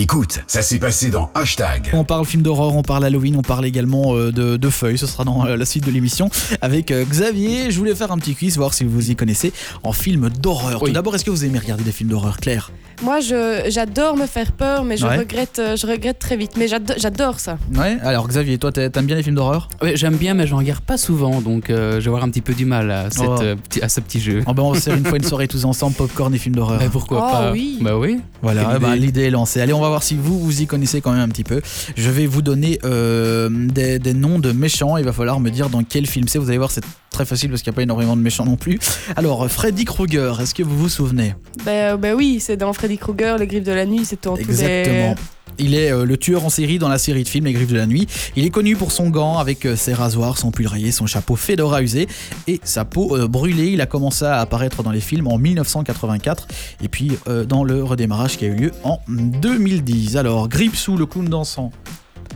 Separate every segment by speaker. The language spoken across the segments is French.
Speaker 1: Écoute, ça s'est passé dans Hashtag.
Speaker 2: On parle film d'horreur, on parle Halloween, on parle également euh, de, de feuilles. Ce sera dans euh, la suite de l'émission avec euh, Xavier. Je voulais faire un petit quiz, voir si vous y connaissez en film d'horreur.
Speaker 3: Oui.
Speaker 2: Tout d'abord, est-ce que vous aimez regarder des films d'horreur, Claire
Speaker 4: Moi, je- j'adore me faire peur, mais je,
Speaker 2: Ouais.
Speaker 4: regrette, euh, je regrette très vite. Mais j'ado- j'adore ça.
Speaker 2: Ouais. Alors, Xavier, toi, t'a- t'aimes bien les films d'horreur
Speaker 3: Ouais, J'aime bien, mais je regarde pas souvent, donc euh, je vais avoir un petit peu du mal à, cette,
Speaker 2: Oh.
Speaker 3: euh, petit- à ce petit jeu.
Speaker 2: Ah ben, On se sert une fois une soirée tous ensemble, popcorn et films d'horreur.
Speaker 3: Mais pourquoi
Speaker 4: Oh,
Speaker 3: pas
Speaker 4: oui.
Speaker 3: Bah oui.
Speaker 2: Voilà,
Speaker 3: Quelle
Speaker 2: eh ben,
Speaker 3: idée.
Speaker 2: l'idée est lancée. Allez, on va voir si vous vous y connaissez quand même un petit peu. Je vais vous donner euh, des, des noms de méchants. Il va falloir me dire dans quel film c'est. Vous allez voir, c'est très facile parce qu'il n'y a pas énormément de méchants non plus. Alors, Freddy Krueger, est-ce que vous vous souvenez
Speaker 4: Ben euh, ben oui, c'est dans Freddy Krueger, Les Griffes de la Nuit, c'est dans tous les...
Speaker 2: Exactement. Il est euh, le tueur en série dans la série de films Les Griffes de la Nuit. Il est connu pour son gant avec euh, ses rasoirs, son pull rayé, son chapeau fedora usé et sa peau euh, brûlée. Il a commencé à apparaître dans les films en 1984 et puis euh, dans le redémarrage qui a eu lieu en 2010. Alors, Gripsou, le clown dansant.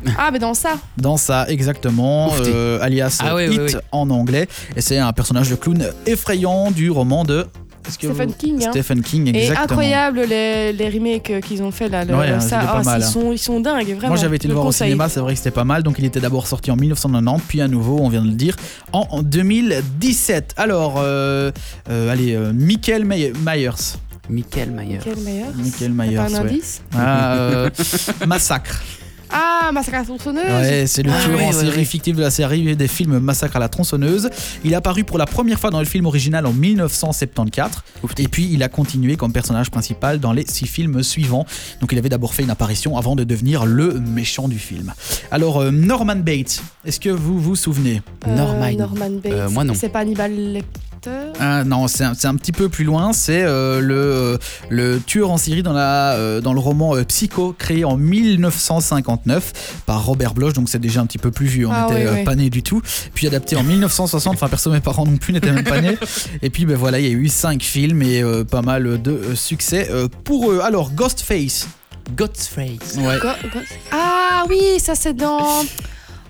Speaker 4: Ah, ben dans ça
Speaker 2: Dans ça, exactement,
Speaker 3: Ouf, t'es-
Speaker 2: euh, alias
Speaker 3: Ah ouais,
Speaker 2: Hit
Speaker 3: ouais, ouais.
Speaker 2: en anglais. Et c'est un personnage de clown effrayant du roman de est-ce que
Speaker 4: Stephen
Speaker 2: vous-
Speaker 4: King, hein.
Speaker 2: Stephen King,
Speaker 4: Et
Speaker 2: exactement.
Speaker 4: incroyable les, les remakes euh, qu'ils ont fait là. Le,
Speaker 2: Ouais,
Speaker 4: le-
Speaker 2: c'était
Speaker 4: ça,
Speaker 2: pas
Speaker 4: ah,
Speaker 2: mal,
Speaker 4: ils,
Speaker 2: hein.
Speaker 4: sont, ils sont dingues, vraiment.
Speaker 2: Moi j'avais été le
Speaker 4: Je
Speaker 2: voir au
Speaker 4: conseille.
Speaker 2: cinéma, c'est vrai que c'était pas mal, donc il était d'abord sorti en 1990, puis à nouveau, on vient de le dire, en en 2017. Alors, euh, euh, allez, euh, Michael May- Myers.
Speaker 3: Michael Mayer.
Speaker 2: Michael
Speaker 4: Michael Myers T'as
Speaker 2: Myers,
Speaker 4: pas un
Speaker 2: ouais.
Speaker 4: indice
Speaker 2: Ah, euh, Massacre.
Speaker 4: Ah, Massacre à la tronçonneuse
Speaker 2: Ouais, c'est le
Speaker 3: Ah
Speaker 2: tueur
Speaker 3: oui,
Speaker 2: en
Speaker 3: oui,
Speaker 2: série
Speaker 3: oui.
Speaker 2: fictive de la série et des films Massacre à la tronçonneuse. Il est apparu pour la première fois dans le film original en 1974.
Speaker 3: Ouf, t'es-
Speaker 2: Et puis il a continué comme personnage principal dans les six films suivants. Donc il avait d'abord fait une apparition avant de devenir le méchant du film. Alors euh, Norman Bates, est-ce que vous vous souvenez
Speaker 4: Euh,
Speaker 3: Norman.
Speaker 4: Norman Bates.
Speaker 3: Euh, moi, non.
Speaker 4: C'est pas Hannibal Lecter
Speaker 2: Ah, Non, c'est un, c'est un petit peu plus loin. C'est euh, le, le tueur en série dans, la, euh, dans le roman euh, Psycho créé en 1959 par Robert Bloch. Donc c'est déjà un petit peu plus vieux. On
Speaker 4: Ah,
Speaker 2: n'était
Speaker 4: oui,
Speaker 2: euh,
Speaker 4: oui.
Speaker 2: pas nés du tout. Puis adapté en 1960. Enfin perso mes parents non plus n'étaient même pas nés. Et puis ben voilà, il y a eu cinq films et euh, pas mal de euh, succès euh, pour eux. Alors Ghostface.
Speaker 3: Godfrey.
Speaker 2: Ouais.
Speaker 4: Go- go- Ah oui, ça c'est dans.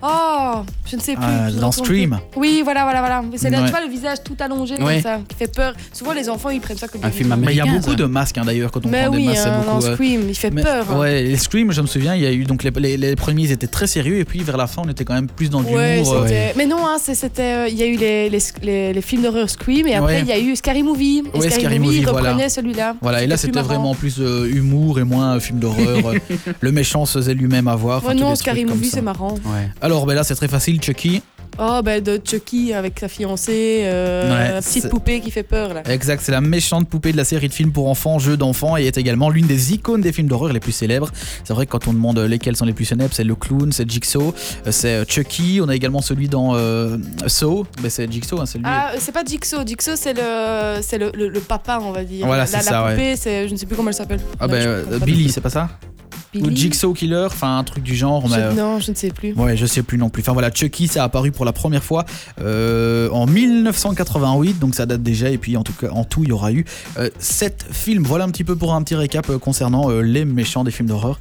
Speaker 4: Oh, je ne sais plus.
Speaker 2: Ah,
Speaker 4: je ne
Speaker 2: dans
Speaker 4: retourne
Speaker 2: Scream.
Speaker 4: plus. Oui, voilà, voilà, voilà. C'est là,
Speaker 2: Ouais.
Speaker 4: tu vois, le visage tout allongé
Speaker 3: Ouais.
Speaker 4: comme ça, qui fait peur. Souvent, les enfants, ils prennent ça comme
Speaker 3: Un
Speaker 4: des-
Speaker 3: film
Speaker 2: Mais il y a
Speaker 3: américain.
Speaker 2: beaucoup
Speaker 3: ça.
Speaker 2: de masques hein, d'ailleurs quand on
Speaker 4: Mais
Speaker 2: prend des
Speaker 4: oui,
Speaker 2: masques. c'est
Speaker 4: hein, dans
Speaker 2: beaucoup, euh,
Speaker 4: Scream, il fait
Speaker 2: mais-
Speaker 4: peur. hein.
Speaker 2: Ouais, les Scream, je me souviens, il y a eu donc les, les, les premiers étaient très sérieux et puis vers la fin on était quand même plus dans de
Speaker 4: Ouais,
Speaker 2: l'humour. euh,
Speaker 4: c'était- Mais non, hein, c'est- c'était, euh, il y a eu les, les, les, les films d'horreur Scream et après
Speaker 2: Ouais.
Speaker 4: il y a eu Scary Movie. Et
Speaker 2: Ouais, Scary Movie, voilà.
Speaker 4: reprenait celui-là.
Speaker 2: Voilà, et là
Speaker 4: C'était
Speaker 2: c'était
Speaker 4: plus marrant.
Speaker 2: vraiment plus euh, humour et moins euh, film d'horreur. Euh, le méchant se faisait lui-même avoir. enfin,
Speaker 4: Ouais,
Speaker 2: tous
Speaker 4: non,
Speaker 2: les
Speaker 4: Scary
Speaker 2: trucs comme
Speaker 4: Movie,
Speaker 2: ça.
Speaker 4: c'est marrant.
Speaker 3: Ouais.
Speaker 2: Alors ben là c'est très facile, Chucky.
Speaker 4: Oh, ben de Chucky avec sa fiancée, euh,
Speaker 2: Ouais,
Speaker 4: la petite
Speaker 2: c'est-
Speaker 4: poupée qui fait peur là.
Speaker 2: Exact, c'est la méchante poupée de la série de films pour enfants, jeux d'enfants, et est également l'une des icônes des films d'horreur les plus célèbres. C'est vrai que quand on demande euh, lesquels sont les plus célèbres, c'est le clown, c'est Jigsaw, euh, c'est Chucky, on a également celui dans euh, Saw, ben, c'est Jigsaw, hein, c'est lui.
Speaker 4: Ah, c'est pas Jigsaw. Jigsaw, c'est le, c'est le, le, le papa, on va dire.
Speaker 2: Voilà,
Speaker 4: la,
Speaker 2: c'est
Speaker 4: la
Speaker 2: ça, ouais.
Speaker 4: poupée, c'est, je ne sais plus comment elle s'appelle.
Speaker 2: Ah
Speaker 4: Non,
Speaker 2: ben
Speaker 4: je
Speaker 2: euh,
Speaker 4: comprends pas.
Speaker 2: Billy, c'est pas ça Ou
Speaker 4: Billy
Speaker 2: Jigsaw Killer, enfin un truc du genre.
Speaker 4: Je-
Speaker 2: mais, euh,
Speaker 4: Non, je ne sais plus.
Speaker 2: Ouais, je sais plus non plus. Enfin voilà, Chucky, ça a apparu pour la première fois euh, en 1988, donc ça date déjà. Et puis en tout cas, en tout, il y aura eu euh, sept films. Voilà un petit peu pour un petit récap euh, concernant euh, les méchants des films d'horreur.